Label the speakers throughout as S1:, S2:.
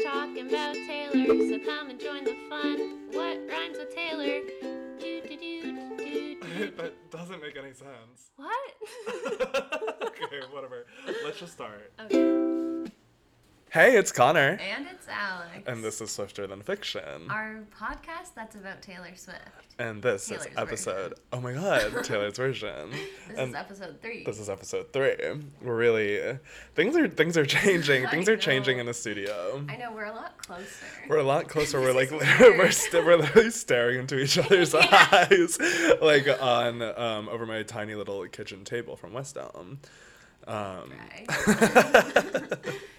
S1: about Taylor, so come and join the fun. What rhymes with Taylor? Do do do do do. do.
S2: that doesn't make any sense.
S1: What?
S2: okay, whatever. Let's just start.
S1: okay.
S2: Hey, it's Connor.
S1: And it's Alex.
S2: And this is Swifter Than Fiction.
S1: our podcast that's about Taylor Swift.
S2: And this
S1: Taylor's
S2: is episode. Oh my god, Taylor's version.
S1: This
S2: and
S1: is episode three.
S2: Um, this is episode three. We're really things are things are changing.
S1: I
S2: things are changing
S1: know.
S2: in the studio.
S1: I know we're a lot closer.
S2: We're a lot closer. We're
S1: This
S2: like
S1: is weird.
S2: we're st- we're literally staring into each other's eyes, like on um, over my tiny little kitchen table from West Elm. Um,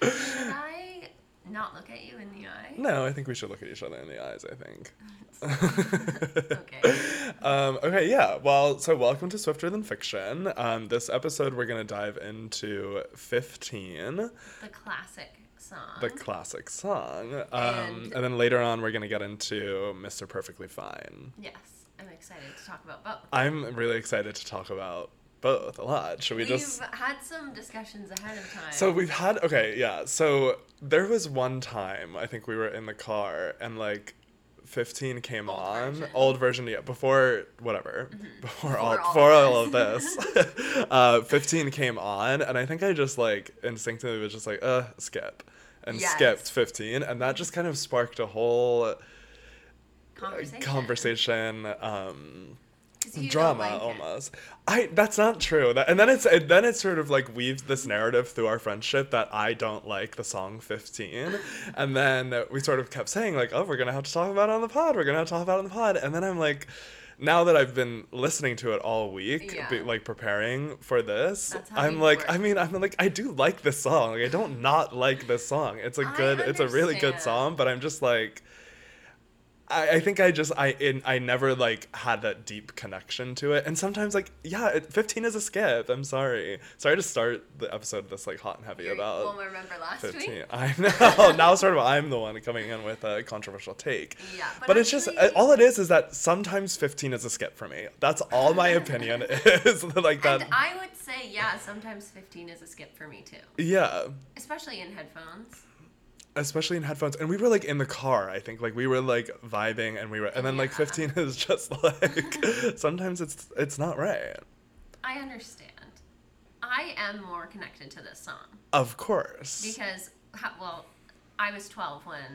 S1: Right. Should I not look at you in the eye?
S2: no, I think we should look at each other in the eyes. I think.
S1: Okay.
S2: Um, okay, yeah. Well, so welcome to Swifter Than Fiction. Um, this episode, we're going to dive into 15,
S1: The classic song.
S2: the classic song. Um, and,
S1: Uh-huh. And-
S2: then later on, we're going to get into Mr. Perfectly Fine.
S1: yes, I'm excited to talk about both.
S2: I'm really excited to talk about both a lot. Should we
S1: We've
S2: just.
S1: had some discussions ahead of time.
S2: So we've had okay, yeah. So there was one time I think we were in the car and like 15 came
S1: Old
S2: on
S1: version. Mm-hmm.
S2: old version yeah before whatever before, all,
S1: all
S2: before
S1: of
S2: all of this uh 15 came on and I think I just like instinctively was just like uh skip and
S1: Yes.
S2: skipped 15 and that just kind of sparked a whole uh,
S1: conversation.
S2: conversation um
S1: 'Cause you don't
S2: drama
S1: like it.
S2: almost. I that's not true. That, and then it's and then it sort of like weaves this narrative through our friendship that I don't like the song 15. and then we sort of kept saying like, "Oh, we're going to have to talk about it on the pod. We're going to have to talk about it on the pod." And then I'm like now that I've been listening to it all week,
S1: Yeah.
S2: be, like preparing for this,
S1: That's how
S2: I'm
S1: you
S2: like,
S1: work.
S2: I mean, I'm like, I do like this song. Like, I don't not like this song. It's a
S1: I
S2: good, it's a really good
S1: understand.
S2: song, but I'm just like, I, I think I just I in, I never like had that deep connection to it, and sometimes like yeah, it, fifteen is a skip. I'm sorry, sorry to start the episode this like hot and heavy
S1: You
S2: about
S1: will remember last
S2: fifteen.
S1: week.
S2: I know now, sort of I'm the one coming in with a controversial take,
S1: Yeah,
S2: but,
S1: but
S2: it's just
S1: actually-
S2: all it is is that sometimes fifteen is a skip for me. That's all my opinion is like that.
S1: And I would say, yeah, sometimes 15 is a skip for me too,
S2: yeah,
S1: especially in headphones.
S2: especially in headphones and we were like in the car i think like we were like vibing and we were and then like
S1: Yeah.
S2: 15 is just like sometimes it's it's not right
S1: I understand. I am more connected to this song
S2: of course
S1: because, ha- well, I was 12 when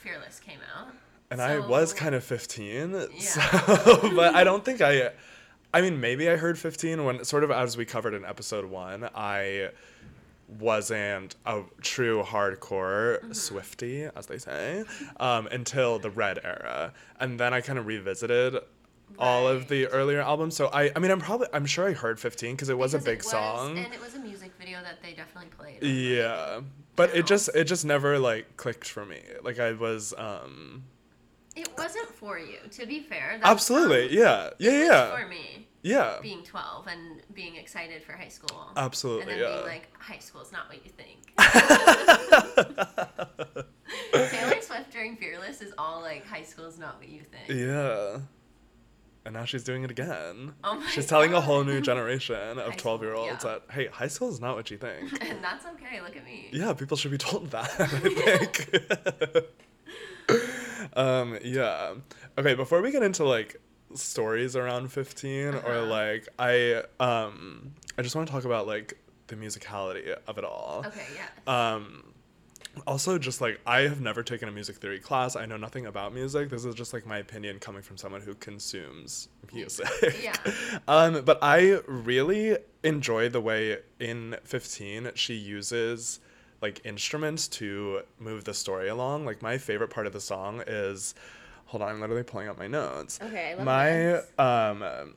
S1: Fearless came out.
S2: and i was kind of 15 so
S1: Yeah.
S2: but i don't think i i mean maybe i heard 15 when sort of as we covered in episode one i wasn't a true hardcore swifty as they say um, until the red era and then i kind of revisited all of
S1: Right.
S2: the earlier albums so i i mean i'm probably i'm sure i heard 15 because it was a big song
S1: And it was a music video that they definitely played.
S2: yeah but it
S1: house.
S2: just it just never like clicked for me like i was um
S1: It wasn't for you, to be fair. That
S2: absolutely
S1: song
S2: yeah yeah
S1: was
S2: yeah
S1: For me,
S2: yeah
S1: being 12 and being excited for high school. and
S2: absolutely
S1: then
S2: yeah
S1: being like, high school's not what you think. Taylor Swift during Fearless is all like, high school's not what you think.
S2: yeah and now she's doing it again
S1: Oh my
S2: she's telling a
S1: God.
S2: whole new generation of
S1: High school,
S2: 12 year olds
S1: yeah.
S2: that hey high school is not what you think
S1: And that's okay, look at me.
S2: yeah, people should be told that, I think. um, yeah. Okay, before we get into like stories around 15 or
S1: Uh-huh.
S2: like I um I just want to talk about like the musicality of it all.
S1: Okay, yeah.
S2: Um also just like I have never taken a music theory class. I know nothing about music. This is just like my opinion coming from someone who consumes music.
S1: Yeah.
S2: um but I really enjoy the way in 15 she uses like instruments to move the story along. Like my favorite part of the song is hold on, I'm literally pulling out my notes.
S1: Okay, I love
S2: My
S1: this.
S2: um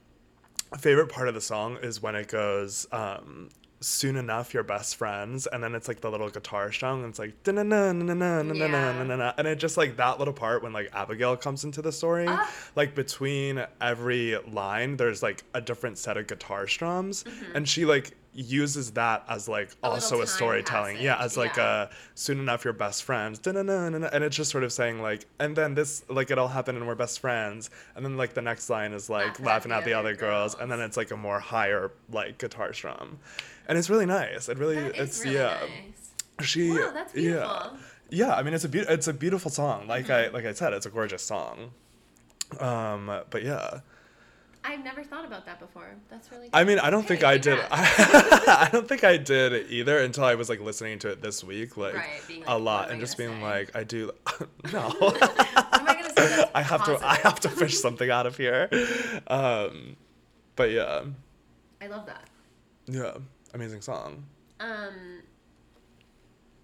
S2: favorite part of the song is when it goes um soon enough you're best friends and then it's like the little guitar song and it's like na na na na na na
S1: Yeah.
S2: na na and it just like that little part when like Abigail comes into the story
S1: Ah.
S2: like between every line there's like a different set of guitar strums and she like uses that as like
S1: Mm-hmm. A little
S2: also a
S1: time
S2: storytelling yeah
S1: passage,
S2: as like
S1: yeah.
S2: a soon enough you're best friends Da-na-na-na-na. and it's just sort of saying like and then this like it all happened and we're best friends and then like the next line is like
S1: Ah,
S2: laughing at the other girls. and then it's like a more higher like guitar strum and it's really nice it really
S1: That is
S2: it's
S1: really
S2: yeah
S1: nice.
S2: she
S1: Wow, that's
S2: yeah
S1: beautiful. Mm-hmm.
S2: yeah, I mean it's a be- it's a beautiful song. Like I like I said, it's a gorgeous song. Um, but yeah.
S1: I've never thought about that before. That's really.
S2: I mean, I don't think
S1: Okay,
S2: I did. I, don't think I did either until I was like listening to it this week, like
S1: Right, being like,
S2: a
S1: what
S2: lot,
S1: am I
S2: and just
S1: gonna
S2: being
S1: say?
S2: like, I do. no,
S1: What am I gonna say? that's
S2: I have to. I
S1: positive?
S2: have to fish something out of here. Um, but yeah,
S1: I love that.
S2: yeah, amazing song.
S1: Um,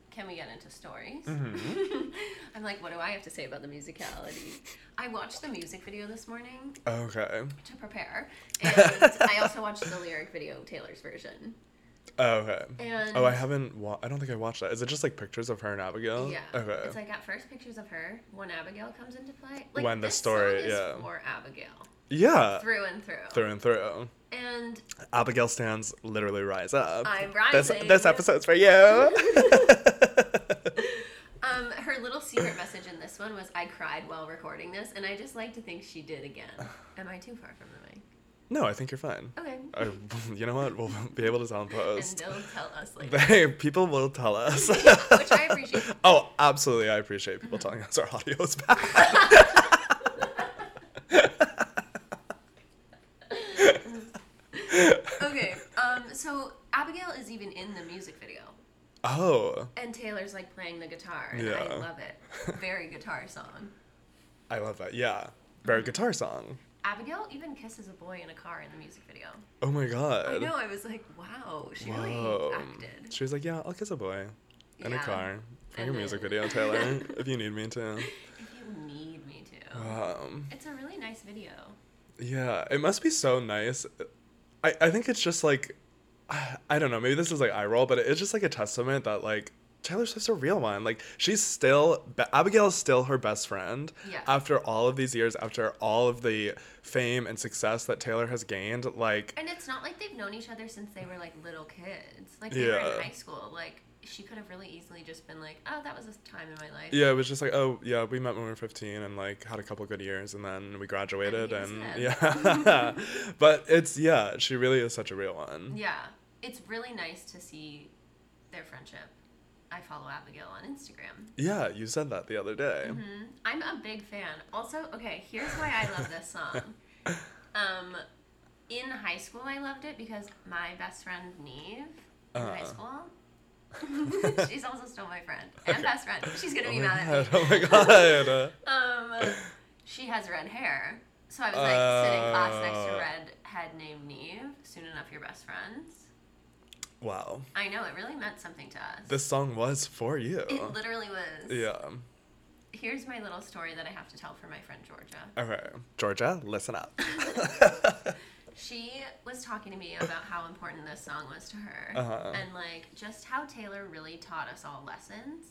S1: can we get into stories?
S2: Mm-hmm.
S1: I'm like, what do I have to say about the musicality? I watched the music video this morning
S2: Okay.
S1: to prepare, and I also watched the lyric video, Taylor's version.
S2: Okay.
S1: And-
S2: oh, I haven't. Wa- I don't think I watched that. Is it just like pictures of her and Abigail?
S1: Yeah.
S2: Oh, Okay.
S1: It's like at first pictures of her when Abigail comes into play. Like,
S2: When the
S1: this
S2: story-
S1: song is
S2: yeah.
S1: for Abigail
S2: yeah.
S1: through and through.
S2: Through and through.
S1: And
S2: Abigail stands literally rise up.
S1: I'm
S2: This,
S1: rising.
S2: this episode's for you.
S1: um, her little secret message in this one was, "I cried while recording this," and I just like to think she did again. Am I too far from the mic?
S2: no, I think you're fine.
S1: Okay.
S2: I, you know what? We'll be able to tell in
S1: And
S2: post.
S1: they'll tell us later.
S2: They, people will tell us.
S1: which I appreciate.
S2: oh, absolutely. I appreciate people telling us our audio is back.
S1: Okay, um, so Abigail is even in the music video,
S2: Oh,
S1: and Taylor's like playing the guitar, and
S2: Yeah.
S1: I love it. Very guitar song.
S2: I love that. Yeah. Very guitar song.
S1: Abigail even kisses a boy in a car in the music video.
S2: Oh my God.
S1: I know, I was like, wow, she
S2: Whoa.
S1: really acted.
S2: She was like, yeah, I'll kiss a boy. In a
S1: Yeah.
S2: car. For
S1: And
S2: your
S1: then-
S2: music video, Taylor, if you need me to.
S1: If you need me to.
S2: Um,
S1: It's a really nice video.
S2: yeah, it must be so nice. I, I think it's just like, I I don't know, maybe this is like eye roll, but it's just like a testament that like Taylor Swift's a real one. Like she's still, be- Abigail is still her best friend.
S1: Yeah.
S2: After all of these years, after all of the fame and success that Taylor has gained, like,
S1: And it's not like they've known each other since they were like little kids. Like they were
S2: Yeah.
S1: in high school. Like she could have really easily just been like, oh, that was a time in my life.
S2: yeah, it was just like, oh, yeah, we met when we were 15 and like had a couple good years and then we graduated
S1: here's
S2: and
S1: him.
S2: yeah. but it's, yeah, she really is such a real one.
S1: Yeah, it's really nice to see their friendship. I follow Abigail on Instagram.
S2: Yeah, you said that the other day.
S1: I'm a big fan. Also, okay, here's why I love this song. Um, in high school, I loved it because my best friend Neve in high
S2: Uh.
S1: school. she's also still my friend and best friend. She's gonna
S2: Oh
S1: be
S2: my
S1: mad at
S2: god!
S1: me.
S2: Oh my god!
S1: Um, she has red hair, so I was like sitting class next to
S2: Uh.
S1: red head named Neve. Soon enough, you're best friends.
S2: Wow,
S1: I know it really meant something to us.
S2: this song was for you.
S1: It literally was.
S2: Yeah.
S1: Here's my little story that I have to tell for my friend Georgia.
S2: Okay, Georgia, listen up.
S1: She was talking to me about how important this song was to her
S2: Uh-huh.
S1: and like just how Taylor really taught us all lessons.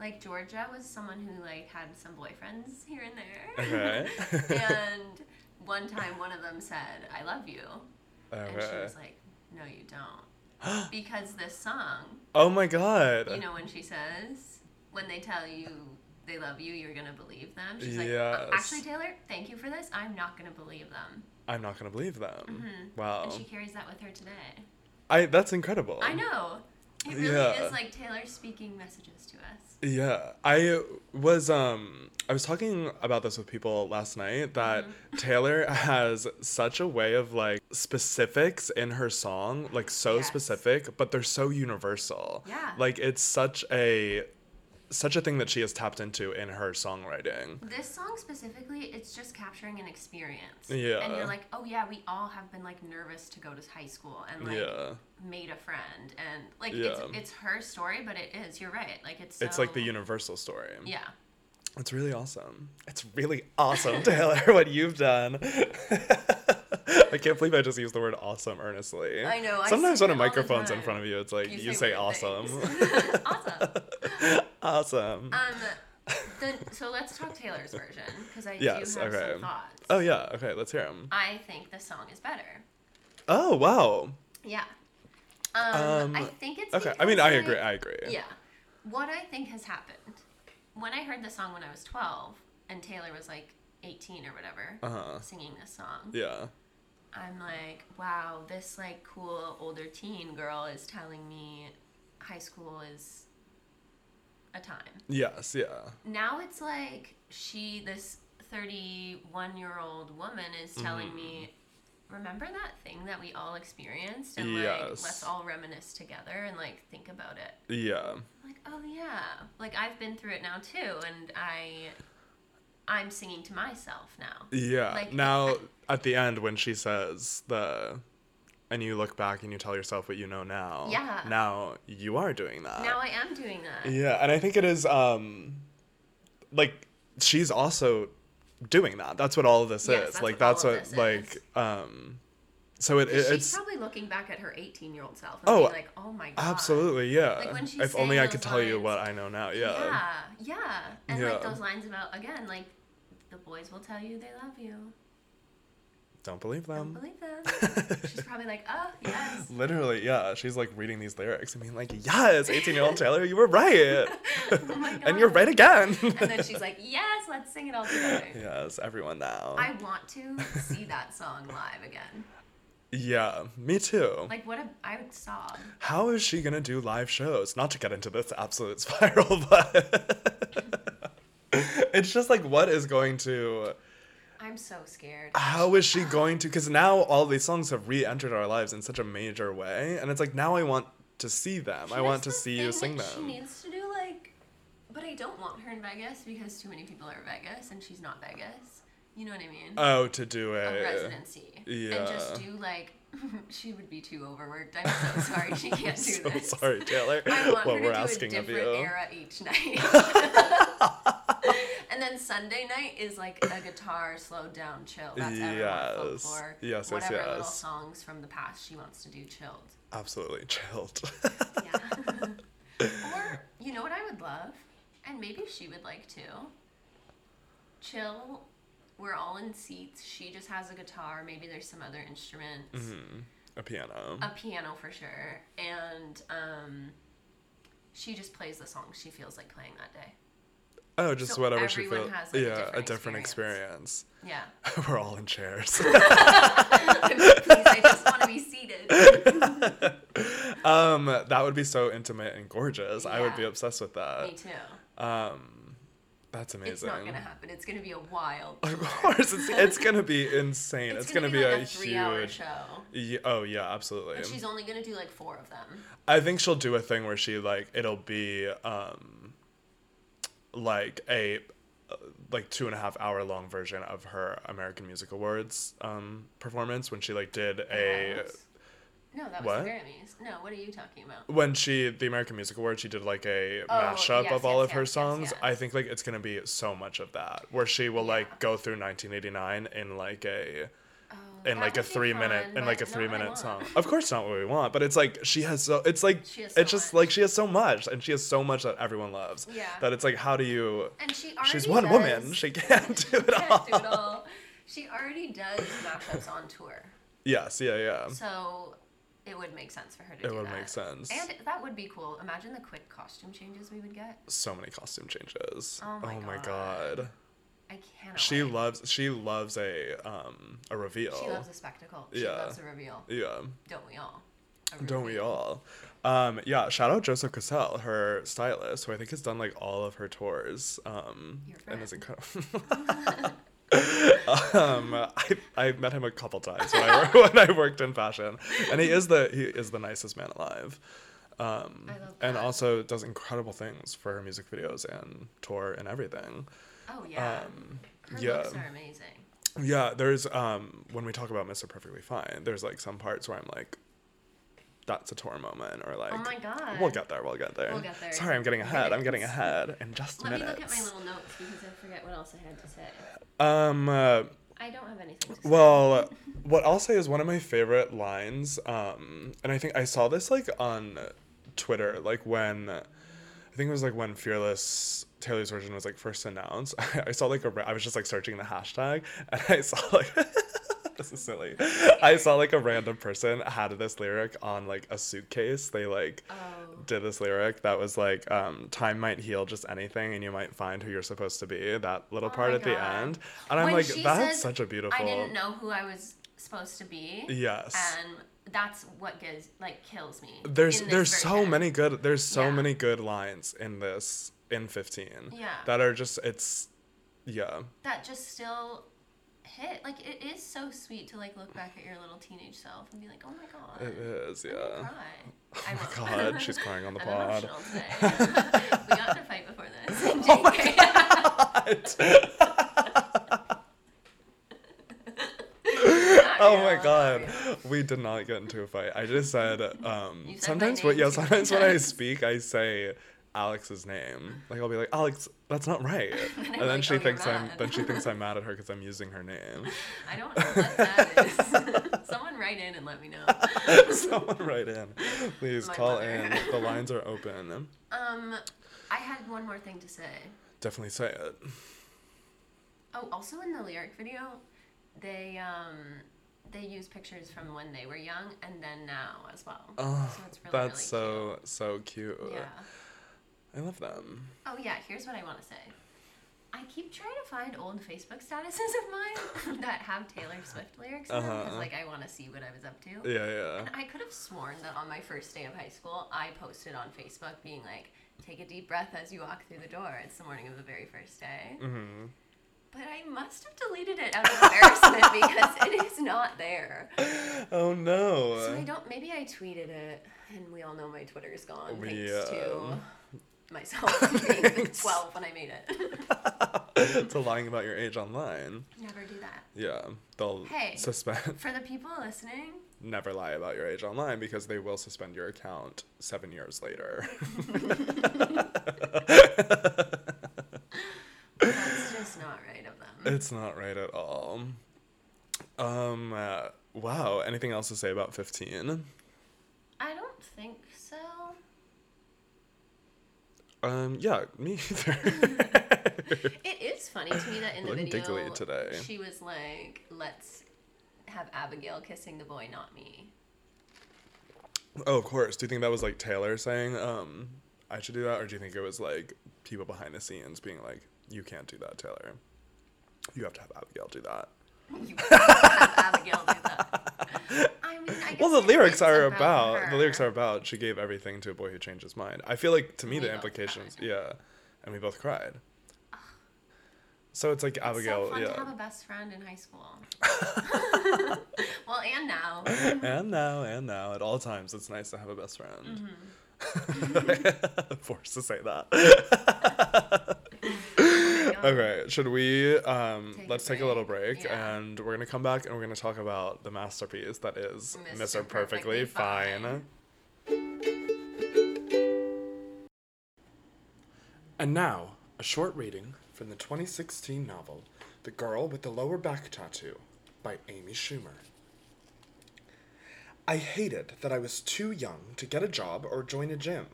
S1: Like Georgia was someone who like had some boyfriends here and there.
S2: Okay.
S1: and one time one of them said, "I love you." And she
S2: Okay.
S1: was like, "No, you don't." because this song,
S2: Oh my god.
S1: you know when she says when they tell you they love you you're gonna believe them she's like
S2: Yes.
S1: "Uh, actually taylor thank you for this i'm not gonna believe them
S2: I'm not gonna believe them. Wow.
S1: Mm-hmm. and she carries that with her today
S2: I. That's incredible.
S1: i know it really
S2: Um, Yeah.
S1: is like taylor speaking messages to us
S2: Yeah, I was um I was talking about this with people last night that
S1: Mm-hmm.
S2: Taylor has such a way of like specifics in her song, like so
S1: Yes.
S2: specific, but they're so universal.
S1: Yeah.
S2: Like it's such a such a thing that she has tapped into in her songwriting.
S1: this song specifically it's just capturing an experience and
S2: Yeah.
S1: you're like oh yeah we all have been like nervous to go to high school and like
S2: yeah.
S1: made a friend and like it's,
S2: Yeah.
S1: it's her story but it is you're right like it's
S2: It's like the
S1: so-
S2: universal story.
S1: yeah
S2: It's really awesome. It's really awesome, Taylor, what you've done. I can't believe I just used the word awesome earnestly.
S1: I know, I
S2: Sometimes
S1: say
S2: when a
S1: it all the
S2: microphone's in
S1: time.
S2: front of you, it's like you, say,
S1: weird
S2: awesome.
S1: things. awesome
S2: awesome.
S1: Um, the, so let's talk Taylor's version because I
S2: Yes,
S1: do have
S2: okay.
S1: some thoughts.
S2: oh, yeah. Okay, let's hear him.
S1: I think the song is better.
S2: Oh, wow.
S1: Yeah. Um,
S2: Um,
S1: I think it's
S2: Okay. I mean,
S1: because,
S2: I agree.
S1: like-
S2: I agree.
S1: Yeah. What I think has happened when I heard the song when I was 12 and Taylor was like 18 or whatever
S2: Uh-huh.
S1: singing this song.
S2: Yeah.
S1: I'm like, wow, this like cool older teen girl is telling me high school is a time.
S2: Yes, yeah.
S1: Now it's like she, this 31 year old woman, is
S2: Mm-hmm.
S1: telling me, remember that thing that we all experienced? And like,
S2: Yes.
S1: let's all reminisce together and like think about it.
S2: Yeah.
S1: I'm like, oh yeah. Like, I've been through it now too. And I, I'm singing to myself now.
S2: Yeah.
S1: Like-
S2: now at the end when she says the and you look back and you tell yourself what you know now.
S1: Yeah.
S2: Now you are doing that.
S1: Now I am doing that.
S2: yeah, and I think it is um like she's also doing that. That's what all of this
S1: Yes,
S2: is.
S1: that's
S2: like
S1: what all
S2: that's
S1: of
S2: what
S1: this
S2: like
S1: is.
S2: um so it, it
S1: She's
S2: it's
S1: probably looking back at her 18 year old self and
S2: Oh,
S1: being like, oh my God.
S2: absolutely yeah.
S1: Like, when she's
S2: if only
S1: saying
S2: I could
S1: those
S2: tell you
S1: lines-
S2: what I know now.
S1: Yeah, yeah. And like
S2: Yeah.
S1: those lines about, again, like, the boys will tell you they love you.
S2: Don't believe
S1: Don't
S2: them.
S1: believe them. She's probably like, oh, yes.
S2: Literally, yeah. She's like reading these lyrics and being like, "Yes, eighteen-year-old Taylor, you were right,
S1: Oh my God.
S2: and you're right again."
S1: And then she's like, yes, let's sing it all together.
S2: yes, everyone now.
S1: I want to see that song live again.
S2: yeah, me too.
S1: Like, what a, I would sob.
S2: How is she gonna do live shows? Not to get into this absolute spiral, but it's just like, what is going to?
S1: I'm so scared.
S2: How is she going to? Because now all these songs have re-entered our lives in such a major way, and it's like now I want to see them. I
S1: Here's
S2: want to
S1: the
S2: see you
S1: thing
S2: sing
S1: that
S2: them.
S1: She needs to do, like, but I don't want her in Vegas because too many people are in Vegas and she's not Vegas. You know what I mean?
S2: oh, to do
S1: a
S2: it.
S1: residency and just
S2: yeah.
S1: do like she would be too overworked. I'm so sorry she can't do
S2: so
S1: this.
S2: sorry, Taylor.
S1: I want
S2: what
S1: her
S2: we're
S1: to
S2: asking
S1: do a
S2: of you.
S1: different era each night. and then Sunday night is like a guitar slowed down chill. That's everyone
S2: Yes.
S1: folklore.
S2: Yes, yes,
S1: Whatever little
S2: yes.
S1: songs from the past she wants to do chilled.
S2: Absolutely chilled.
S1: Yeah. or you know what I would love, and maybe she would like to. Chill. We're all in seats. She just has a guitar. Maybe there's some other instruments.
S2: Mm-hmm. a piano.
S1: A piano for sure, and um, she just plays the songs she feels like playing that day.
S2: oh, just
S1: so
S2: whatever she
S1: everyone
S2: feels.
S1: has, like, a
S2: yeah,
S1: different
S2: experience.
S1: Yeah.
S2: We're all in chairs.
S1: Please, I just want to be seated.
S2: um, that would be so intimate and gorgeous. I would
S1: Yeah.
S2: be obsessed with
S1: Me
S2: that.
S1: too.
S2: Um, that's amazing.
S1: It's not gonna happen. It's gonna be a wild.
S2: Of course, it's, it's gonna be insane. It's, gonna, be,
S1: like
S2: a,
S1: three-hour
S2: huge.
S1: show,
S2: Ye- oh yeah, absolutely.
S1: and she's only gonna do like four of them.
S2: I think she'll do a thing where she like it'll be um like a uh, like two and a half hour long version of her American Music Awards um performance when she like did a
S1: Grammys? No, that was
S2: What?
S1: the Grammys. No, what are you talking about?
S2: when she the American Music Awards she did like a
S1: Oh,
S2: mashup
S1: yes,
S2: of all
S1: yes,
S2: of her
S1: yes, yes,
S2: songs.
S1: yes.
S2: I think like it's gonna be so much of that where she will
S1: Yeah.
S2: like go through 1989 in like a
S1: Oh,
S2: in
S1: that
S2: like a
S1: would be
S2: three minute
S1: fun,
S2: in like a
S1: but not
S2: three
S1: what I
S2: minute
S1: want.
S2: song. Of course, not what we want, but it's like she has so it's like
S1: She has so
S2: it's just
S1: much.
S2: like she has so much, and she has so much that everyone loves.
S1: Yeah.
S2: That it's like, how do you?
S1: And she already
S2: She's one
S1: does,
S2: woman. She can't do it all.
S1: can't do it all. She already does mashups on tour,
S2: Yes. Yeah. Yeah.
S1: so it would make sense for her to
S2: It
S1: do
S2: would
S1: that.
S2: make sense.
S1: And that would be cool. Imagine the quick costume changes we would get.
S2: So many costume changes.
S1: Oh my
S2: god.
S1: God. I cannot.
S2: She
S1: wait.
S2: loves. She loves a um a reveal.
S1: She loves a spectacle. She
S2: Yeah.
S1: loves a reveal.
S2: yeah.
S1: Don't we all? A
S2: Don't we
S1: reveal.
S2: all? Um, yeah, shout out Joseph Cassell, her stylist, who I think has done like all of her tours. Um,
S1: Your
S2: and is incredible. um, I, I met him a couple times when I, wor- when I worked in fashion, and he is the he is the nicest man alive. Um,
S1: I love
S2: and
S1: that.
S2: also does incredible things for her music videos and tour and everything.
S1: Oh yeah.
S2: Um,
S1: her
S2: yeah.
S1: looks are amazing.
S2: Yeah, there's um when we talk about Mr. Perfectly Fine, there's like some parts where I'm like, that's a tour moment, or like,
S1: Oh my God.
S2: we'll get there, we'll get there.
S1: We'll get there.
S2: Sorry, I'm getting ahead. I'm getting
S1: Minutes.
S2: ahead in just
S1: Let
S2: minutes.
S1: me look at my little notes because I forget what else I had to say.
S2: um, uh,
S1: I don't have anything. To say.
S2: well, what I'll say is one of my favorite lines. Um, and I think I saw this like on Twitter, like when I think it was like when Fearless Taylor's version was like first announced. I saw like a ra- I was just like searching the hashtag and I saw like this is silly. I saw like a random person had this lyric on like a suitcase. They like
S1: Oh.
S2: did this lyric that was like um time might heal just anything and you might find who you're supposed to be. That little
S1: Oh
S2: part
S1: my
S2: at the
S1: God.
S2: end. And I'm
S1: When
S2: like
S1: she
S2: that's
S1: says,
S2: such a beautiful
S1: I didn't know who I was supposed to be.
S2: Yes.
S1: And that's what gives like kills me.
S2: there's
S1: in this
S2: there's so
S1: version.
S2: many good there's so
S1: Yeah.
S2: many good lines in this in 15
S1: Yeah.
S2: that are just it's yeah
S1: that just still hit. Like it is so sweet to like look back at your little teenage self and be like, oh my god,
S2: it is
S1: I'm gonna
S2: yeah
S1: cry.
S2: oh
S1: I
S2: my
S1: won't.
S2: god she's crying on the
S1: I'm
S2: pod Oh
S1: emotional today. we got in a fight before this. JK. Not
S2: oh
S1: real,
S2: my
S1: not
S2: god
S1: real.
S2: we did not get into a fight i just said um
S1: You said my
S2: sometimes when
S1: name
S2: yeah
S1: too many
S2: sometimes when i
S1: times.
S2: speak i say alex's name like i'll be like alex that's not right
S1: And I'm
S2: and,
S1: like,
S2: then
S1: "Oh,
S2: she
S1: you're
S2: thinks i'm
S1: mad."
S2: then she thinks i'm mad at her because i'm using her name
S1: I don't know what that is. Someone write in and let me know.
S2: someone write in please
S1: My
S2: call
S1: mother.
S2: in the lines are open
S1: Um, I had one more thing to say.
S2: definitely say it
S1: Oh, also in the lyric video, they um they use pictures from when they were young and then now as well.
S2: oh uh,
S1: it's really,
S2: that's
S1: really
S2: so so cute
S1: cute. Yeah.
S2: i love them
S1: Oh yeah, here's what I want to say. I keep trying to find old Facebook statuses of mine that have Taylor Swift lyrics in them because
S2: Uh-huh.
S1: like I want to see what I was up to.
S2: yeah yeah
S1: And I could have sworn that on my first day of high school, I posted on Facebook being like, "Take a deep breath as you walk through the door." It's the morning of the very first day.
S2: mm-hmm.
S1: But I must have deleted it out of embarrassment because it is not there.
S2: oh no
S1: So I don't. Maybe I tweeted it, and we all know my Twitter's gone
S2: We,
S1: thanks to
S2: um,
S1: myself being
S2: Thanks.
S1: twelve when I made it.
S2: to lying about your age online.
S1: Never do that.
S2: Yeah, they'll
S1: Hey.
S2: suspend.
S1: For the people listening,
S2: Never lie about your age online because they will suspend your account seven years later.
S1: that's just not right of them.
S2: it's not right at all. Um. uh, wow. Anything else to say about fifteen?
S1: I don't think so.
S2: Um. Yeah. Me either.
S1: It is funny to me that in the
S2: Looking
S1: video
S2: giggly today.
S1: she was like, "Let's have Abigail kissing the boy, not me."
S2: oh, of course. Do you think that was like Taylor saying, um, I should do that, or do you think it was like people behind the scenes being like, you can't do that, Taylor. You have to have Abigail do that.
S1: You have Abigail do that. I mean, I guess
S2: Well,
S1: it
S2: the lyrics
S1: is
S2: are about, the
S1: her.
S2: lyrics are about she gave everything to a boy who changed his mind. I feel like to me
S1: We
S2: the
S1: both
S2: implications,
S1: cried.
S2: yeah, and we both cried. So it's like
S1: It's
S2: Abigail,
S1: so fun to have
S2: yeah.
S1: a best friend in high school. well, and now.
S2: and now, and now, at all times, it's nice to have a best friend.
S1: Mm-hmm.
S2: Forced to say that.
S1: Oh
S2: Okay, should we? Um,
S1: Take a
S2: let's take a little break,
S1: Yeah.
S2: and we're gonna come back, and we're gonna talk about the masterpiece that is Mr.
S1: Mr. Perfectly
S2: Perfectly, Fine.
S1: Fine.
S2: And now, a short reading from the 2016 novel The Girl with the Lower Back Tattoo by Amy Schumer. I hated that I was too young to get a job or join a gym.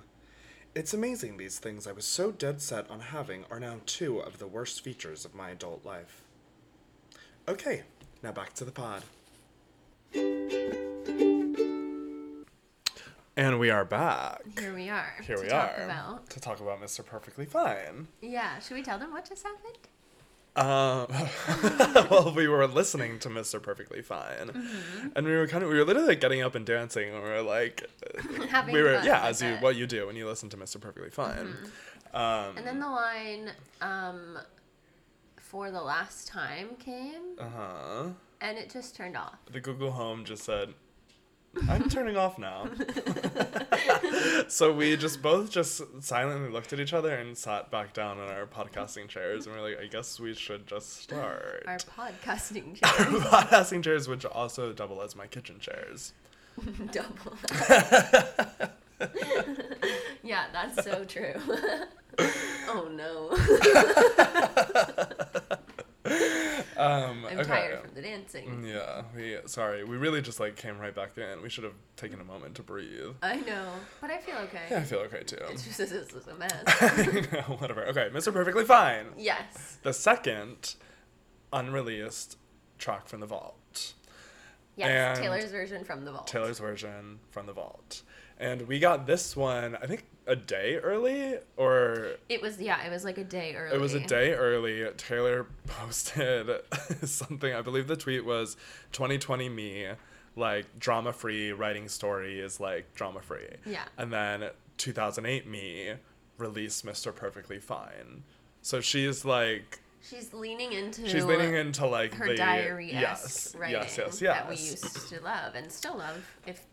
S2: It's amazing these things I was so dead set on having are now two of the worst features of my adult life. Okay, now back to the pod. And we are back.
S1: Here we are.
S2: Here
S1: to
S2: we
S1: talk
S2: are
S1: About.
S2: to talk about Mr. Perfectly Fine.
S1: Yeah, should we tell them what just happened?
S2: Um, well, we were listening to Mr. Perfectly Fine,
S1: Mm-hmm.
S2: and we were kind of we were literally getting up and dancing, and we were like,
S1: Having
S2: we were
S1: fun
S2: yeah,
S1: with
S2: as you
S1: it.
S2: what you do when you listen to Mr. Perfectly Fine. Um,
S1: And then the line um, for the last time came,
S2: uh huh.
S1: and it just turned off.
S2: The Google Home just said, "I'm turning off now." so we just both just silently looked at each other and sat back down in our podcasting chairs, and we are like, "I guess we should just start."
S1: Our podcasting chair
S2: podcasting chairs, which also double as my kitchen chairs.
S1: double. yeah, that's so true. oh no,
S2: Um,
S1: I'm
S2: okay. Mm.
S1: tired from the dancing.
S2: Yeah, we sorry. We really just like came right back in. We should have taken a moment to breathe.
S1: I know, but I feel okay.
S2: Yeah, I feel okay too.
S1: It's just this is a mess.
S2: Whatever. Okay, Mr. Perfectly Fine.
S1: yes.
S2: The second unreleased track from the vault.
S1: Yes.
S2: And-
S1: Taylor's version from the vault.
S2: Taylor's version from the vault. And we got this one, I think a day early or
S1: It was yeah. It was like a day early.
S2: It was a day early. Taylor posted something. I believe the tweet was 2020 me, like drama free, writing story is like drama free.
S1: Yeah.
S2: And then 2008 me, release Mr. Perfectly Fine. So she's like
S1: She's leaning into
S2: she's leaning into like
S1: her
S2: the
S1: diary
S2: yes,
S1: writing
S2: yes, yes, yes.
S1: that we used to love and still love if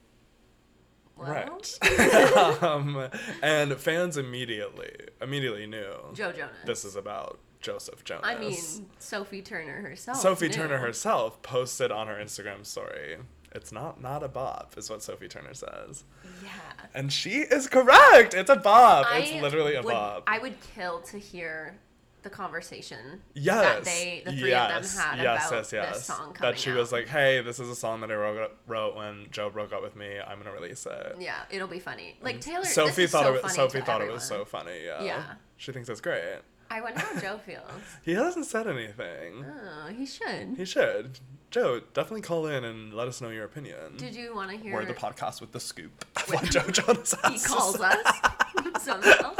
S1: well,
S2: Right. um, and fans immediately immediately knew
S1: Joe Jonas.
S2: this is about Joseph Jonas.
S1: I mean oh, Sophie Turner herself.
S2: Sophie
S1: knew.
S2: Turner herself posted on her Instagram story. It's not not a bop, is what Sophie Turner says,
S1: Yeah.
S2: and she is correct. It's a bop.
S1: I
S2: it's literally a
S1: would,
S2: bop.
S1: I would kill to hear the conversation that
S2: yes,
S1: they, the three
S2: yes,
S1: of them had
S2: yes,
S1: about
S2: yes, yes.
S1: this song coming
S2: that she was
S1: out.
S2: like, "Hey, this is a song that I wrote, wrote when Joe broke up with me. I'm gonna release it."
S1: Yeah, it'll be funny. Like Taylor, this
S2: Mm. Sophie
S1: is
S2: thought
S1: so
S2: it was
S1: funny
S2: Sophie
S1: to
S2: thought it was so
S1: everyone.
S2: funny. Yeah.
S1: Yeah.
S2: She thinks it's great.
S1: I wonder how Joe feels.
S2: He hasn't said anything.
S1: Oh, he should.
S2: He should. Joe, definitely call in and let us know your opinion.
S1: Did you want to hear?
S2: We're the podcast with the scoop. of what Joe Jonas
S1: he
S2: has to
S1: calls
S2: say.
S1: us somehow.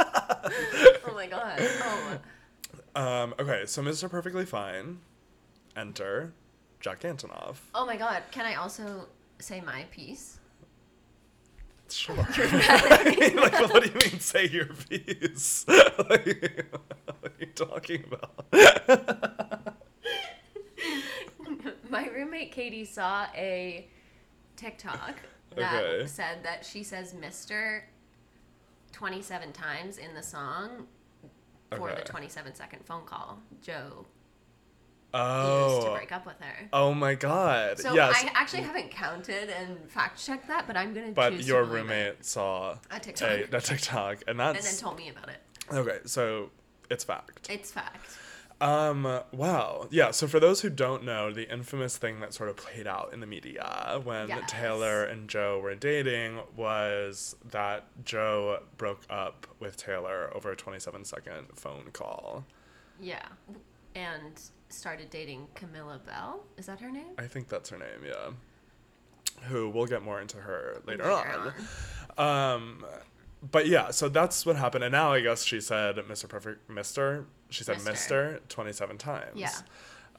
S1: oh my god. Oh,
S2: Um, okay, so Mr. Perfectly Fine, enter Jack Antonoff.
S1: oh my god. Can I also say my piece?
S2: Sure. like, what do you mean, say your piece? like, what are you talking about?
S1: My roommate Katie saw a TikTok that
S2: Okay.
S1: said that she says Mister 27 times in the song for
S2: Okay.
S1: the 27 second phone call. Joe used to
S2: oh.
S1: break up with her.
S2: Oh my god.
S1: So
S2: yes.
S1: I actually haven't counted and fact checked that, but I'm gonna.
S2: but
S1: choose to
S2: your
S1: believe it.
S2: roommate saw
S1: A TikTok.
S2: a, a TikTok,
S1: and
S2: and
S1: then
S2: that's
S1: told me about it.
S2: okay. So it's fact.
S1: It's fact.
S2: Um, wow. Yeah, so for those who don't know, the infamous thing that sort of played out in the media when
S1: Yes.
S2: Taylor and Joe were dating was that Joe broke up with Taylor over a 27 second phone call.
S1: Yeah, and started dating Camilla Bell. Is that her name?
S2: I think that's her name, yeah. Who we'll get more into her later,
S1: Later
S2: on. Um, but yeah, so that's what happened. And now I guess she said Mr. Perfect, Mr. She said
S1: Mister.
S2: Mr. 27 times.
S1: Yeah.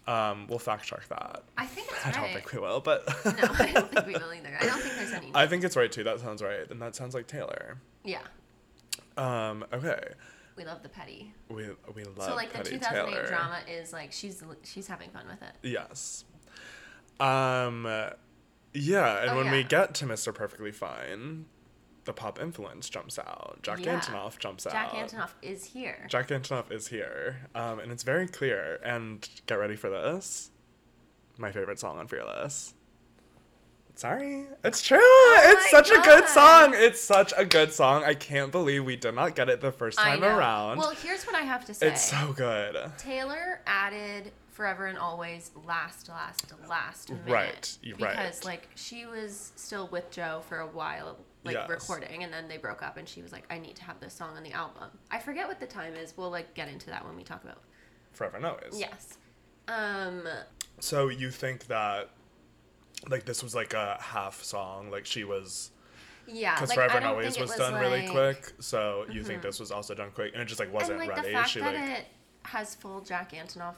S2: Um, we'll fact check that.
S1: I think it's
S2: I
S1: right.
S2: don't think we will, but
S1: no, I don't think we will either. I don't think there's any.
S2: I think it's right too. That sounds right. And that sounds like Taylor.
S1: yeah,
S2: Um, okay.
S1: we love the petty.
S2: We we love
S1: so like the
S2: Petty
S1: 2008
S2: Taylor.
S1: drama is like she's she's having fun with it.
S2: Yes. Um yeah, and
S1: Oh,
S2: when we
S1: yeah.
S2: get to Mr. Perfectly Fine, the pop influence jumps out. Jack
S1: Yeah.
S2: Antonoff jumps
S1: Jack
S2: out.
S1: Antonoff is here.
S2: Jack Antonoff is here. Um, and it's very clear. And get ready for this. My favorite song on Fearless. Sorry. It's true. it's
S1: Oh my
S2: such a good
S1: God.
S2: song. It's such a good song. I can't believe we did not get it the first
S1: I
S2: time
S1: know.
S2: around.
S1: Well, here's what I have to say.
S2: it's so good.
S1: Taylor added forever and always last, last, last minute.
S2: Right, y- right.
S1: Because like she was still with Joe for a while, like
S2: Yes.
S1: recording, and then they broke up, and she was like, "I need to have this song on the album." I forget what the time is. We'll like get into that when we talk about.
S2: Forever Noise.
S1: Yes. Um.
S2: So you think that like this was like a half song, like she was
S1: Yeah.
S2: because
S1: like, I
S2: Forever and
S1: don't
S2: Always
S1: think it
S2: was, done really
S1: like- Mm-hmm.
S2: quick. So you think this was also done quick and it just like wasn't
S1: And like
S2: ready.
S1: the fact
S2: she
S1: that
S2: like
S1: it has full Jack Antonoff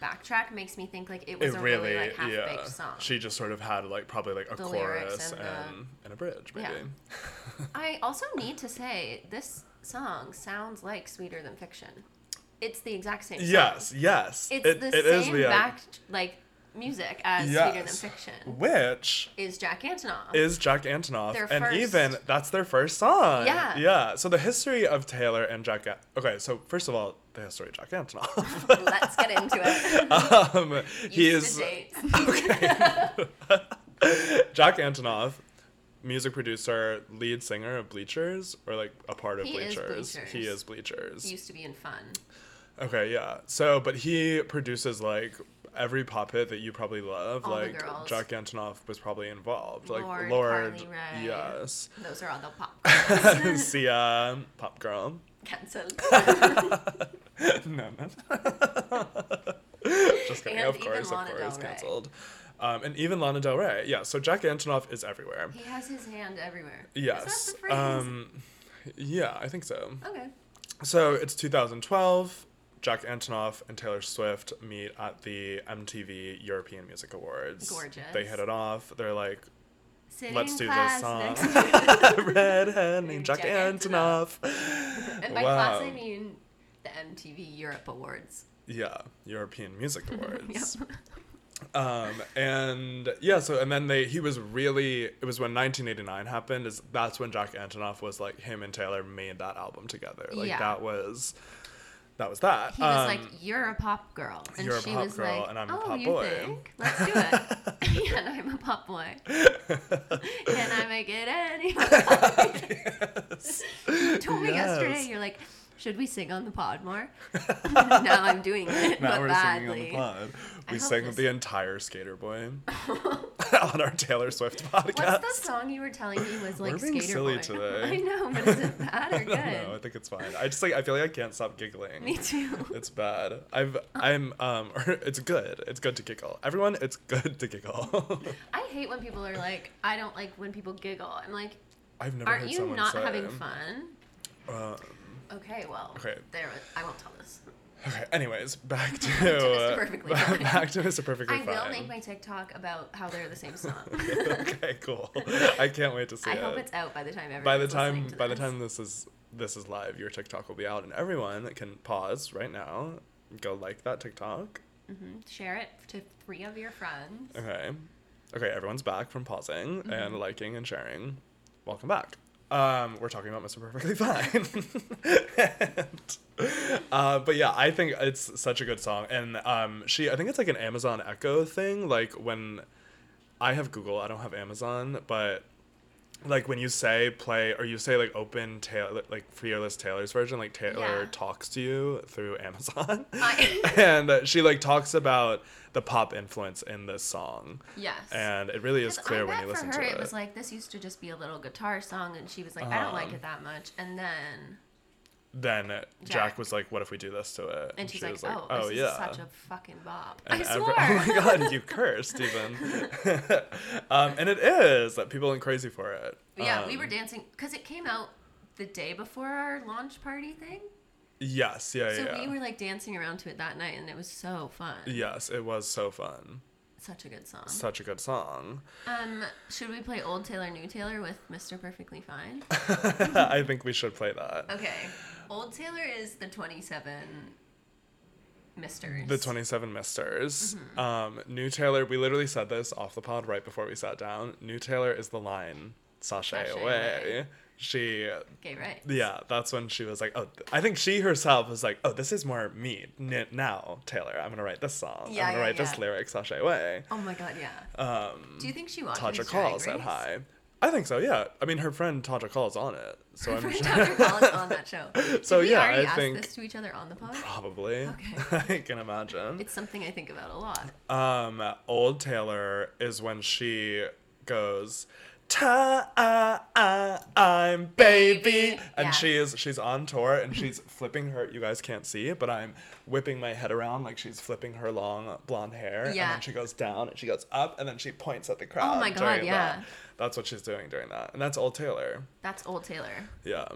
S1: backtrack makes me think like it was
S2: it
S1: a
S2: really,
S1: really, like half baked
S2: yeah.
S1: song.
S2: She just sort of had like probably like a
S1: The lyrics
S2: chorus
S1: and
S2: and,
S1: the-
S2: and, a bridge, maybe.
S1: Yeah. I also need to say this song sounds like Sweeter Than Fiction. It's the exact same. Song.
S2: Yes, yes.
S1: it's
S2: it,
S1: the
S2: it is
S1: same
S2: the, uh,
S1: back like music as Sweeter Than
S2: yes.
S1: Fiction
S2: Which
S1: is Jack Antonoff.
S2: is Jack Antonoff,
S1: Their
S2: and
S1: first-
S2: even that's their first song.
S1: Yeah.
S2: yeah. So the history of Taylor and Jack. An- okay, so first of all, the history of Jack Antonoff.
S1: Let's get into it.
S2: um, he
S1: Used
S2: is
S1: to date.
S2: Jack Antonoff, music producer, lead singer of Bleachers, or like a part of
S1: He is
S2: Bleachers. He
S1: Bleachers.
S2: is Bleachers.
S1: Used to be in fun.
S2: Okay, yeah. So, but he produces like every pop hit that you probably love.
S1: All the
S2: like
S1: girls.
S2: Jack Antonoff was probably involved. Like
S1: Lord,
S2: Lord,
S1: Carly Rae.
S2: yes,
S1: Those are all the pop
S2: Sia, Pop Girl.
S1: cancelled.
S2: no, no. Just kidding.
S1: And
S2: of
S1: even
S2: course,
S1: Lana Del
S2: of course,
S1: Rey.
S2: canceled. Um, and even Lana Del Rey. Yeah. So Jack Antonoff is everywhere.
S1: He has his hand everywhere. Is that
S2: Yes.
S1: the phrase?
S2: Um, yeah, I think so.
S1: okay.
S2: So it's 2012. Jack Antonoff and Taylor Swift meet at the MTV European Music Awards.
S1: Gorgeous.
S2: They hit it off. They're like,
S1: Sitting
S2: let's
S1: in
S2: do this
S1: class
S2: song.
S1: next to-
S2: Redhead named Jack,
S1: Jack
S2: Antonoff.
S1: And by class, I
S2: Wow.
S1: mean the MTV Europe Awards.
S2: Yeah, European Music
S1: Yep.
S2: Awards. um, and yeah, so and then they he was really it was when 1989 happened is that's when Jack Antonoff was like him and Taylor made that album together. Like
S1: Yeah.
S2: that was that was that.
S1: He was
S2: Um,
S1: like, "You're a pop girl," and
S2: "You're a
S1: she
S2: pop
S1: was
S2: girl,
S1: like,
S2: and I'm a
S1: "Oh,
S2: pop
S1: you
S2: boy."
S1: think?
S2: Um,
S1: Let's do it." and I'm a pop boy. Can I make it anyone?
S2: yes.
S1: you told me yesterday.
S2: Yes.
S1: You're like, "Should we sing on the pod more?" now I'm doing it,
S2: now
S1: but
S2: we're
S1: badly.
S2: singing on the pod.
S1: I
S2: We
S1: hope
S2: sang
S1: this-
S2: the entire Skater Boy on our Taylor Swift podcast.
S1: What's the song you were telling me was like
S2: We're being
S1: skater
S2: silly
S1: boy?
S2: today.
S1: I know, but is it bad or
S2: I don't know. I
S1: good?
S2: think it's fine. I just like I feel like I can't stop giggling.
S1: Me too.
S2: It's bad. I've I'm um or it's good. It's good to giggle. Everyone, it's good to giggle.
S1: I hate when people are like, I don't like when people giggle. I'm like,
S2: I've never
S1: aren't
S2: heard
S1: you
S2: someone
S1: not
S2: say,
S1: having fun?
S2: Um,
S1: Okay, well,
S2: Okay.
S1: there. I won't tell this.
S2: okay. Anyways, back to,
S1: Mr. Perfectly Fine.
S2: back to Mr. Perfectly
S1: I
S2: Fine.
S1: will make my TikTok about how they're the same song.
S2: okay, cool. I can't wait to see
S1: I
S2: it.
S1: hope it's out by the time everyone's
S2: by the time
S1: listening to
S2: by the
S1: this.
S2: time this is this is live, your TikTok will be out, and everyone can pause right now, go like that TikTok.
S1: Mhm. share it to three of your friends.
S2: Okay. Okay, everyone's back from pausing and liking and sharing. Welcome back. Um, we're talking about Mr. Perfectly Fine. And, uh, but yeah, I think it's such a good song. And um, she, I think it's like an Amazon Echo thing. Like when I have Google, I don't have Amazon, but like when you say play or you say like open Taylor, like fearless Taylor's version, like Taylor
S1: Yeah.
S2: talks to you through Amazon.
S1: I-
S2: and uh, she like talks about the pop influence in this song
S1: Yes.
S2: and it really is
S1: 'Cause I
S2: clear when
S1: bet
S2: you listen
S1: for her,
S2: to
S1: it.
S2: it.
S1: was like this used to just be a little guitar song, and she was like, I don't like
S2: Um,
S1: it that much. And then,
S2: then Jack.
S1: Jack.
S2: was like, "What if we do this to it?"
S1: and she's
S2: she
S1: like,
S2: was
S1: Oh, this is such a fucking bop.
S2: And
S1: I
S2: every-
S1: swore.
S2: oh my god, you cursed even. um, and it is that people went crazy for it.
S1: yeah, we
S2: Um,
S1: were dancing because it came out the day before our launch party thing.
S2: Yes, yeah,
S1: So
S2: yeah.
S1: we were like dancing around to it that night, and it was so fun.
S2: yes, it was so fun.
S1: Such a good song.
S2: Such a good song.
S1: Um, should we play Old Taylor, New Taylor with Mr. Perfectly Fine?
S2: I think we should play that.
S1: Okay. Old Taylor is the 27 misters.
S2: The 27 Misters.
S1: Mm-hmm.
S2: Um, New Taylor, we literally said this off the pod right before we sat down. New Taylor is the line, sashay,
S1: Sashay
S2: away.
S1: away.
S2: She
S1: Okay, right.
S2: Yeah, that's when she was like, "Oh, th- I think she herself was like, oh, this is more me n- now, Taylor. I'm gonna write this song.
S1: Yeah,
S2: I'm gonna
S1: yeah,
S2: write this
S1: yeah.
S2: lyric, Sashay Way."
S1: Oh my god, yeah.
S2: Um,
S1: Do you think she watches
S2: Taja
S1: Drag
S2: Call said
S1: Race?
S2: hi. I think so. Yeah, I mean, her friend Taja Call's on it, so I'm sure.
S1: Taja Call is on that show. Did
S2: So,
S1: we
S2: yeah,
S1: already
S2: I
S1: ask
S2: think-
S1: this to each other on the pod?
S2: Probably,
S1: Okay.
S2: I can imagine.
S1: It's something I think about a lot.
S2: Um, old Taylor is when she goes, "Ta, ah, ah, I'm baby,"
S1: Baby.
S2: and
S1: Yeah.
S2: she is she's on tour and she's flipping her. You guys can't see, but I'm whipping my head around like she's flipping her long blonde hair, and
S1: Yeah. Oh
S2: then she goes down and she goes up, and then she points at the crowd.
S1: my God,
S2: during
S1: yeah.
S2: that. that's what she's doing during that, and that's old Taylor.
S1: That's Old Taylor.
S2: Yeah.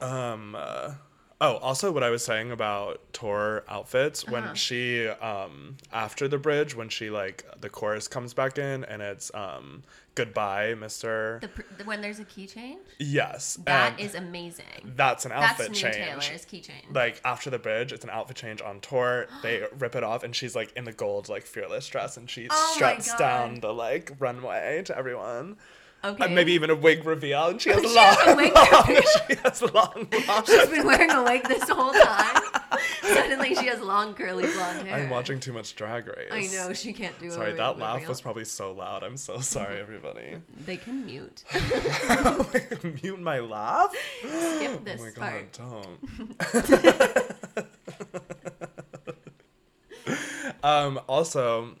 S2: Um. uh, oh, also, what I was saying about tour outfits
S1: Uh-huh.
S2: when she um after the bridge when she like the chorus comes back in and it's um goodbye, Mister.
S1: The, pr- the when there's a key change,
S2: yes,
S1: that
S2: and
S1: is amazing.
S2: that's an
S1: That's
S2: outfit
S1: New
S2: change.
S1: Taylor's key change.
S2: Like after the bridge, it's an outfit change on tour. They rip it off, and she's like in the gold, like fearless dress, and she
S1: Oh my
S2: struts
S1: God.
S2: down the like runway to everyone,
S1: okay. oh
S2: and uh, maybe even a wig reveal. And she has
S1: She
S2: long,
S1: has a wig
S2: long, she has long, long
S1: She's been wearing a wig this whole time. Suddenly, she has long curly blonde hair.
S2: I'm watching too much Drag Race.
S1: I know she can't do.
S2: Sorry,
S1: a
S2: that
S1: wig
S2: laugh
S1: reveal.
S2: was probably so loud. I'm so sorry, everybody.
S1: They can mute.
S2: Mute my laugh.
S1: Skip this
S2: oh my
S1: part.
S2: god, don't. um, also,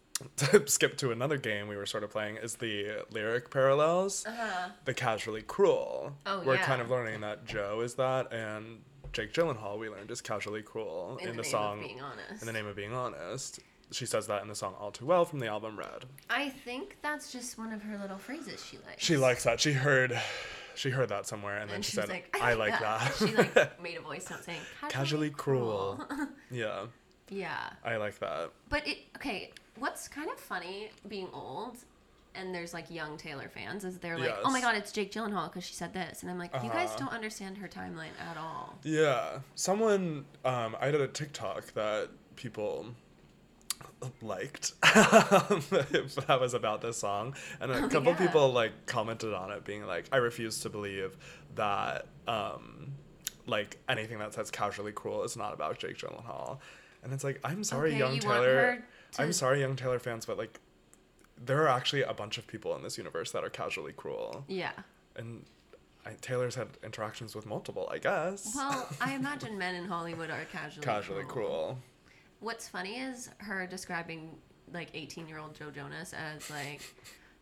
S2: to skip to another game we were sort of playing is the lyric parallels.
S1: Uh,
S2: The casually cruel.
S1: Oh,
S2: we're
S1: yeah.
S2: kind of learning that Joe is that, and Jake Gyllenhaal we learned is casually cruel
S1: in, the, name
S2: song
S1: of being honest.
S2: in the name of being honest. She says that in the song All Too Well from the album Red.
S1: I think that's just one of her little phrases she likes.
S2: She likes that. She heard she heard that somewhere and then
S1: And
S2: she
S1: she's
S2: said,
S1: like,
S2: I like that.
S1: she like made a voice note saying casually
S2: Casually
S1: cruel.
S2: yeah,
S1: yeah,
S2: I like that.
S1: but it okay. What's kind of funny being old and there's like young Taylor fans is they're like, oh
S2: Yes.
S1: my god, it's Jake Gyllenhaal because she said this, and I'm like, you guys
S2: Uh-huh.
S1: don't understand her timeline at all.
S2: Yeah. Someone um I did a TikTok that people liked that was about this song and a
S1: Oh,
S2: couple
S1: yeah.
S2: people like commented on it being like I refuse to believe that um like anything that says casually cruel is not about Jake Gyllenhaal and it's like I'm sorry
S1: Okay,
S2: young
S1: you want
S2: Taylor
S1: her
S2: I'm
S1: to-
S2: sorry young Taylor fans but like there are actually a bunch of people in this universe that are casually cruel
S1: Yeah.
S2: and I, Taylor's had interactions with multiple I guess
S1: Well, I imagine men in Hollywood are casually
S2: casually cruel.
S1: What's funny is her describing like 18 year old Joe Jonas as like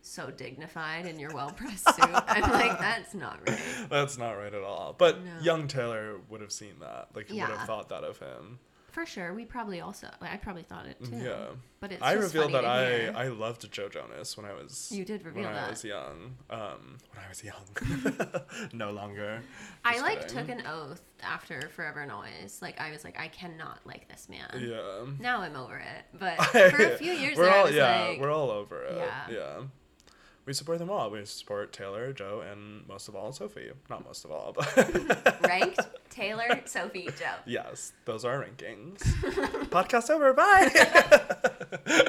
S1: so dignified in your well pressed suit. I'm like, that's not right.
S2: That's not right at all. But
S1: No.
S2: young Taylor would have seen that. Like would
S1: Yeah.
S2: have thought that of him.
S1: For sure. We probably also, I probably thought it too.
S2: Yeah.
S1: But it's
S2: I
S1: just
S2: revealed
S1: funny to
S2: that I
S1: hear.
S2: I loved Joe Jonas when I was
S1: You did reveal
S2: when I
S1: that.
S2: was young. Um when I was young. no longer.
S1: I
S2: Just
S1: like
S2: kidding.
S1: took an oath after Forever and Always. Like I was like, I cannot like this man.
S2: Yeah.
S1: Now I'm over it. But for a few years
S2: we're
S1: there,
S2: all
S1: I was
S2: yeah,
S1: like,
S2: we're all over it.
S1: Yeah.
S2: yeah. We support them all. We support Taylor, Joe, and most of all Sophie. Not most of all, but
S1: ranked Taylor, Sophie, Joe.
S2: Yes, those are rankings. Podcast over. Bye.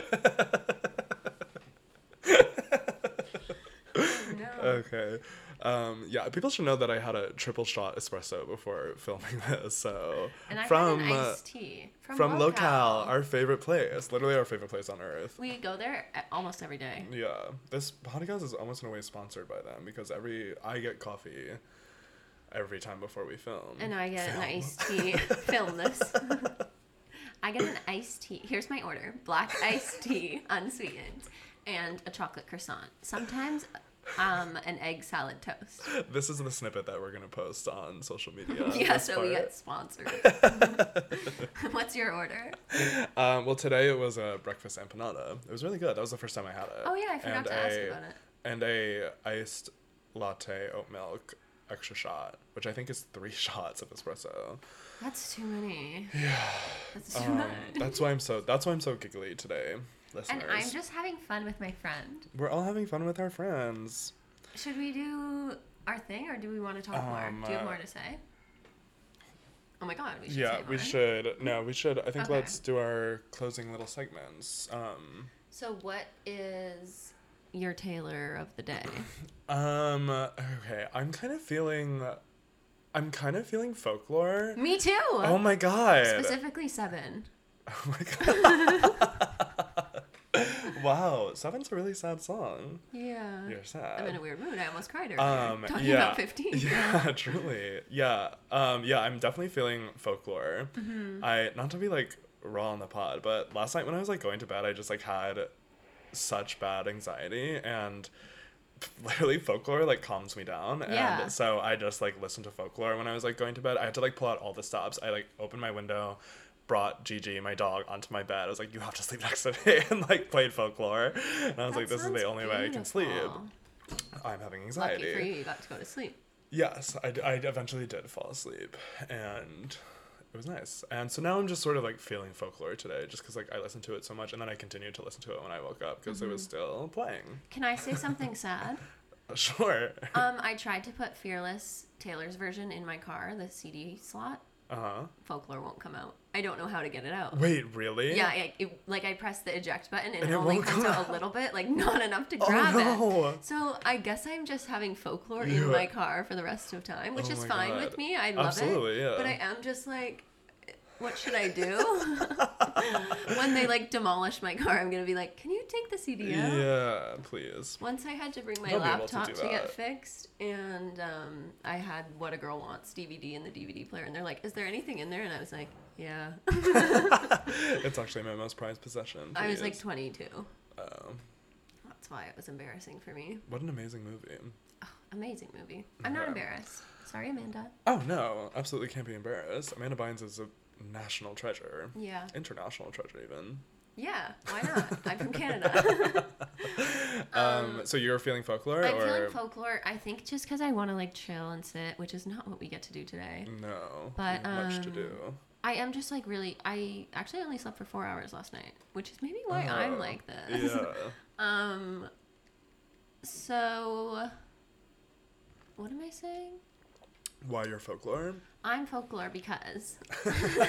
S1: No.
S2: okay. Um, yeah, people should know that I had a triple shot espresso before filming this. So
S1: and I
S2: from
S1: had an
S2: uh,
S1: iced tea from,
S2: from
S1: Locale.
S2: locale, our favorite place, literally our favorite place on earth.
S1: we go there a- almost every day.
S2: Yeah, this podcast is almost in a way sponsored by them because every I get coffee every time before we film.
S1: And I get an
S2: Film.
S1: iced tea. Film this. I get an iced tea. Here's my order black iced tea, unsweetened, and a chocolate croissant. Sometimes um, an egg salad toast.
S2: This is the snippet that we're gonna post on social media.
S1: yeah,
S2: this
S1: so we
S2: part.
S1: get sponsored. What's your order?
S2: Um, well, today it was a breakfast empanada. It was really good. That was the first time I had it.
S1: Oh, yeah, I forgot to ask about it.
S2: And a iced latte oat milk extra shot, which I think is three shots of espresso.
S1: That's too many. Yeah. That's too
S2: Um,
S1: much.
S2: that's why I'm so. That's why I'm so giggly today,
S1: And
S2: listeners.
S1: I'm just having fun with my friend.
S2: We're all having fun with our friends.
S1: Should we do our thing or do we want to talk
S2: Um,
S1: more? Do you have
S2: uh,
S1: more to say? Oh my god, we should.
S2: yeah,
S1: say
S2: we
S1: more.
S2: should. No, we should. I think
S1: Okay.
S2: let's do our closing little segments. Um,
S1: So, what is your tailor of the day?
S2: um. Okay, I'm kind of feeling. I'm kind of feeling folklore.
S1: Me too!
S2: Oh my god.
S1: Specifically, seven.
S2: Oh my god. wow, Seven's a really sad song.
S1: Yeah. I'm
S2: You're
S1: in a
S2: sad.
S1: weird mood. I almost cried earlier.
S2: Um,
S1: Talking
S2: yeah.
S1: about 15.
S2: Yeah, truly. Yeah. Um, yeah, I'm definitely feeling folklore.
S1: Mm-hmm.
S2: I not to be like raw on the pod, but last night when I was like going to bed, I just like had such bad anxiety and literally folklore like calms me down and
S1: Yeah.
S2: so i just like listened to folklore when i was like going to bed i had to like pull out all the stops i like opened my window brought gigi my dog onto my bed i was like you have to sleep next to me and like played folklore and i was
S1: That
S2: like this is the
S1: sounds
S2: only way i can sleep
S1: beautiful.
S2: i'm having anxiety
S1: Lucky for you, you got to go to sleep.
S2: yes I, d- I eventually did fall asleep and it was nice and so now i'm just sort of like feeling folklore today just because like i listened to it so much and then i continued to listen to it when i woke up because it
S1: Mm-hmm.
S2: was still playing
S1: Can I say something sad?
S2: sure
S1: Um, I tried to put Fearless Taylor's version in my car, the CD slot.
S2: uh-huh
S1: Folklore won't come out. I don't know how to get it out.
S2: Wait, really?
S1: Yeah, I, it, like I pressed the eject button and,
S2: And
S1: it
S2: it
S1: only
S2: won't
S1: comes
S2: come
S1: out a little bit, like not enough to
S2: Oh,
S1: grab
S2: no.
S1: it. So I guess I'm just having folklore
S2: Yeah.
S1: in my car for the rest of time, which
S2: Oh
S1: is
S2: my
S1: fine
S2: God.
S1: with me. I love
S2: Absolutely,
S1: it.
S2: yeah.
S1: But I am just like, what should I do? when they like demolish my car, I'm gonna be like, can you take the CD out?
S2: Yeah, please.
S1: Once I had to bring my
S2: They'll be able to
S1: laptop
S2: do
S1: to, get
S2: that.
S1: fixed, and um, I had What a Girl Wants DVD in the DVD player, and they're like, "Is there anything in there?" And I was like, "Yeah."
S2: It's actually my most prized possession.
S1: I was like
S2: please.
S1: 22.
S2: Oh,
S1: That's why it was embarrassing for me. Oh,
S2: what an amazing movie.
S1: Amazing movie. I'm not
S2: Yeah.
S1: embarrassed. Sorry, Amanda.
S2: Oh no, absolutely can't be embarrassed. Amanda Bynes is a national treasure,
S1: Yeah.
S2: international treasure even.
S1: Yeah. Why not? I'm from Canada.
S2: Um, so you're feeling folklore,
S1: I'm
S2: or
S1: feeling folklore. I think just because I want to like chill and sit, which is not what we get to do today.
S2: no,
S1: But,
S2: we have much to
S1: um,
S2: do.
S1: I am just like really. I actually only slept for four hours last night, which is maybe why I'm
S2: Oh,
S1: like this.
S2: Yeah,
S1: Um, So, what am I saying?
S2: Why your folklore?
S1: I'm folklore because. because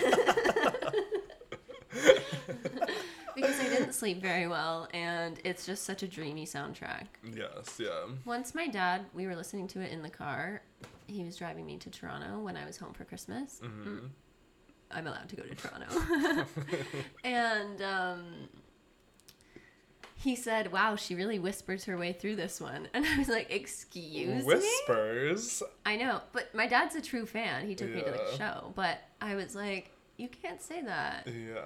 S1: I didn't sleep very well, and it's just such a dreamy soundtrack.
S2: Yes, yeah.
S1: Once my dad, we were listening to it in the car. He was driving me to Toronto when I was home for Christmas.
S2: hmm
S1: I'm allowed to go to Toronto. and um, he said, Wow, she really whispers her way through this one. And I was like, Excuse me?
S2: Whispers.
S1: I know, but my dad's a true fan. He took me to the
S2: Yeah.
S1: show, but I was like, you can't say that.
S2: Yeah.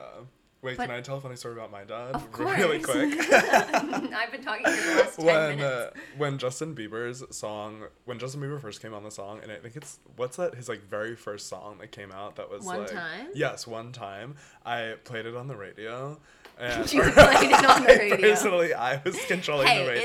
S2: Wait,
S1: But-
S2: can I tell a funny story about my dad?
S1: Of course.
S2: Really quick. uh,
S1: I've been talking for the last 10
S2: when
S1: minutes.
S2: uh, when Justin Bieber's song when Justin Bieber first came on the song and I think it's what's that his like very first song that came out that was
S1: One
S2: like-
S1: Time?
S2: yes one time I played it on the radio and
S1: You played it on the
S2: I
S1: radio.
S2: personally I was controlling
S1: Hey,
S2: the radio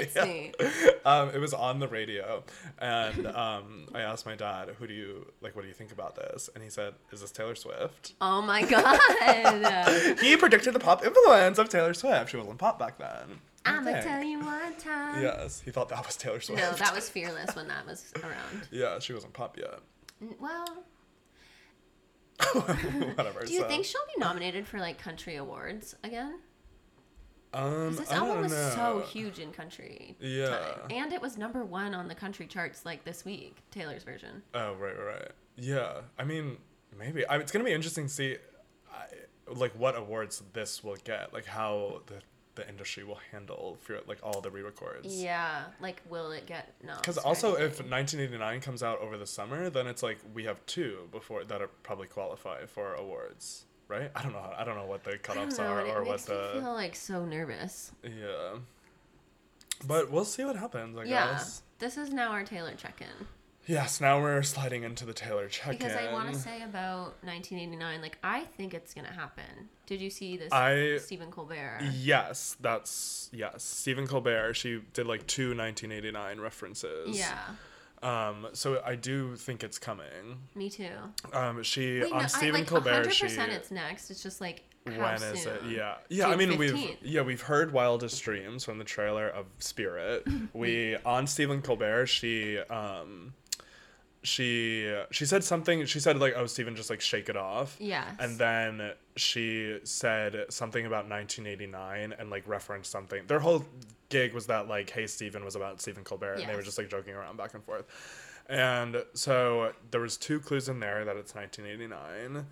S1: it's me.
S2: um, it was on the radio, and um, I asked my dad, "Who do you like? What do you think about this?" And he said, "Is this Taylor Swift?"
S1: Oh my god.
S2: He predicted the pop influence of Taylor Swift. She wasn't pop back then. I
S1: I'm gonna
S2: think.
S1: tell you one time.
S2: Yes, he thought that was Taylor Swift.
S1: Um, No, that was fearless when that was around.
S2: Yeah, she wasn't pop yet.
S1: N- Well,
S2: Whatever.
S1: do you
S2: so.
S1: think she'll be nominated for like country awards again?
S2: um,
S1: 'Cause This
S2: I
S1: album
S2: don't
S1: was so
S2: know.
S1: huge in country.
S2: Yeah.
S1: Time. And it was number one on the country charts like this week, Taylor's version.
S2: Oh right, right, right. Yeah, I mean, maybe. I, it's gonna be interesting to see, I, like, what awards this will get, like how the the industry will handle for like all the re-records.
S1: Yeah, like will it get no?
S2: Because also, if 1989 comes out over the summer, then it's like we have two before that are probably qualify for awards, right? I don't know. How, I don't know what the
S1: I don't
S2: cutoffs
S1: know,
S2: are
S1: and it
S2: or what
S1: makes me
S2: the
S1: feel like so nervous.
S2: yeah. But we'll see what happens. I
S1: yeah,
S2: guess.
S1: this is now our Taylor check-in
S2: Yes. Now we're sliding into the Taylor check-in.
S1: because I want to say about 1989. Like I think it's gonna happen. Did you see this
S2: I-
S1: Stephen Colbert?
S2: Yes, that's yes. Stephen Colbert. She did like two 1989 references.
S1: Yeah,
S2: Um. So I do think it's coming.
S1: me too.
S2: Um. She
S1: Wait, no,
S2: on
S1: I-
S2: Stephen
S1: like,
S2: Colbert.
S1: 100%
S2: she
S1: it's next. It's just like
S2: when
S1: how
S2: is
S1: soon?
S2: it? Yeah. Yeah. I
S1: June
S2: mean,
S1: 15th.
S2: we've yeah we've heard Wildest Dreams from the trailer of Spirit. we on Stephen Colbert. She um. She she said something. She said like, "Oh, Stephen, just like shake it off."
S1: Yes.
S2: And then she said something about 1989 and like referenced something. Their whole gig was that like, hey, Stephen was about Stephen Colbert, and they were
S1: Yes.
S2: just like joking around back and forth. And so there was two clues in there that it's 1989.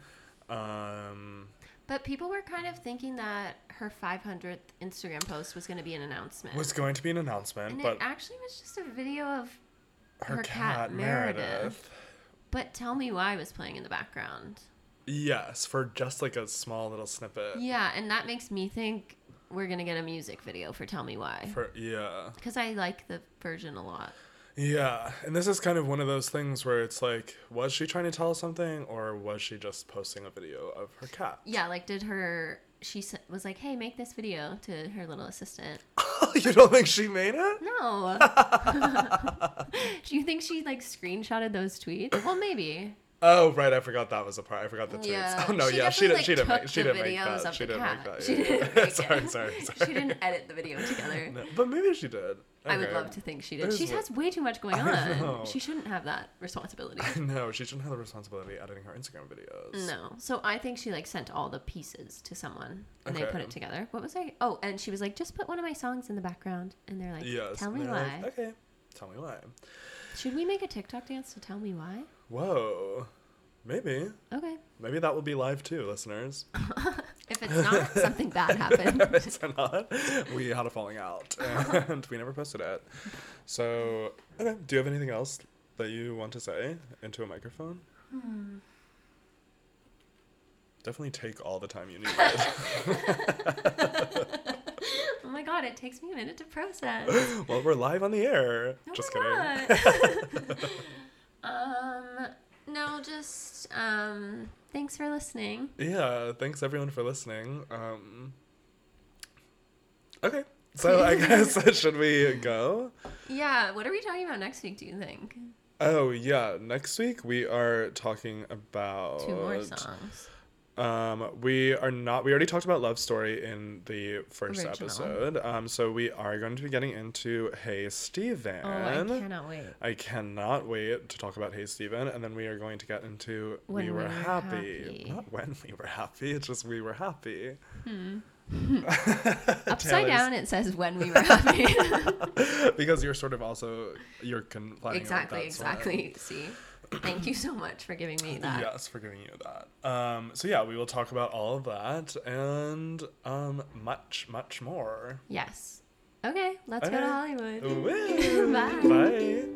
S2: Um,
S1: But people were kind of thinking that her 500th Instagram post was going to be an announcement.
S2: was going to be an announcement,
S1: and
S2: but
S1: it actually was just a video of
S2: her,
S1: her
S2: cat,
S1: cat,
S2: Meredith.
S1: Meredith. But Tell Me Why was playing in the background.
S2: Yes, for just like a small little snippet.
S1: Yeah, and that makes me think we're going to get a music video for Tell Me Why.
S2: For yeah.
S1: Because I like the version a lot.
S2: Yeah, and this is kind of one of those things where it's like, was she trying to tell us something, or was she just posting a video of her cat?
S1: Yeah, like, did her. She s- was like, hey, make this video to her little assistant.
S2: you don't think she made it?
S1: No. Do you think she, like, screenshotted those tweets? Well, maybe.
S2: Oh right, I forgot that was a part. I forgot the tweets.
S1: Yeah,
S2: Oh no,
S1: she
S2: yeah, she
S1: definitely,
S2: didn't.
S1: like,
S2: she didn't.
S1: took the
S2: Make, she didn't make
S1: videos
S2: that.
S1: of
S2: She
S1: the
S2: didn't make
S1: cat.
S2: that.
S1: She
S2: yeah,
S1: didn't
S2: yeah.
S1: make it.
S2: sorry, sorry, sorry.
S1: She didn't edit the video together.
S2: No, but maybe she did.
S1: I would
S2: Okay.
S1: love to think she did.
S2: There's
S1: She
S2: what-
S1: has way too much going
S2: I
S1: on.
S2: know.
S1: She shouldn't have that responsibility.
S2: No, she shouldn't have the responsibility of editing her Instagram videos.
S1: No. So I think she like sent all the pieces to someone and they
S2: Okay.
S1: put it together. What was I? Oh, and she was like, just put one of my songs in the background. And they're like,
S2: Yes.
S1: tell
S2: and
S1: me
S2: they're
S1: why.
S2: like, okay. Tell me why.
S1: Should we make a TikTok dance to tell me why?
S2: Whoa. Maybe.
S1: Okay.
S2: Maybe that will be live too, listeners.
S1: If it's not, something bad happened.
S2: it's not. We had a falling out and we never posted it. So, okay. Do you have anything else that you want to say into a microphone?
S1: Hmm.
S2: Definitely take all the time you need.
S1: oh my god, it takes me a minute to process. Oh
S2: well, we're live on the air.
S1: No,
S2: Just
S1: we're
S2: kidding.
S1: not. um, no, just um, thanks for listening.
S2: Yeah. Thanks everyone for listening. Um, okay. So I guess should we go?
S1: Yeah, what are we talking about next week? Do you think
S2: Oh yeah. Next week we are talking about
S1: two more songs?
S2: Um, we are not. We already talked about love story in the first
S1: Original.
S2: episode. Um, so we are going to be getting into Hey Steven.
S1: Oh, I cannot wait.
S2: I cannot wait to talk about Hey Steven, and then we are going to get into
S1: When
S2: We
S1: We
S2: Were,
S1: Were
S2: happy.
S1: Happy.
S2: Not when we were happy, it's just we were happy.
S1: Upside
S2: Taylor's-
S1: down, it says when we were happy.
S2: because you're sort of also you're complaining
S1: exactly,
S2: about that sort of-
S1: exactly. See, thank you so much for giving me that.
S2: Yes, for giving you that. Um, so yeah, we will talk about all of that and um, much, much more.
S1: Yes. Okay, let's go
S2: Okay.
S1: to Hollywood.
S2: Woo.
S1: Bye.
S2: Bye.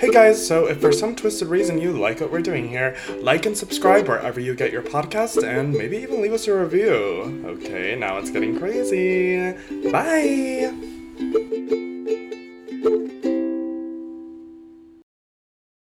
S2: Hey guys, so if for some twisted reason you like what we're doing here, like and subscribe wherever you get your podcast and maybe even leave us a review. Okay, now it's getting crazy. Bye.